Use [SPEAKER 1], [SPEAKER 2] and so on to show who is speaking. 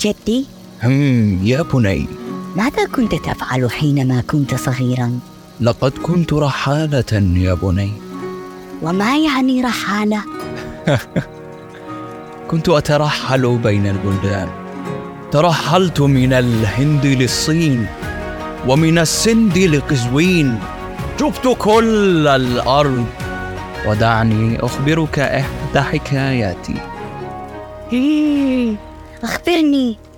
[SPEAKER 1] جدي
[SPEAKER 2] هم يا بني
[SPEAKER 1] ماذا كنت تفعل حينما كنت صغيرا
[SPEAKER 2] لقد كنت رحالة يا بني
[SPEAKER 1] وما يعني رحاله
[SPEAKER 2] كنت أترحل بين البلدان ترحلت من الهند للصين ومن السند لقزوين جبت كل الأرض ودعني أخبرك إحدى حكاياتي
[SPEAKER 1] اخبرني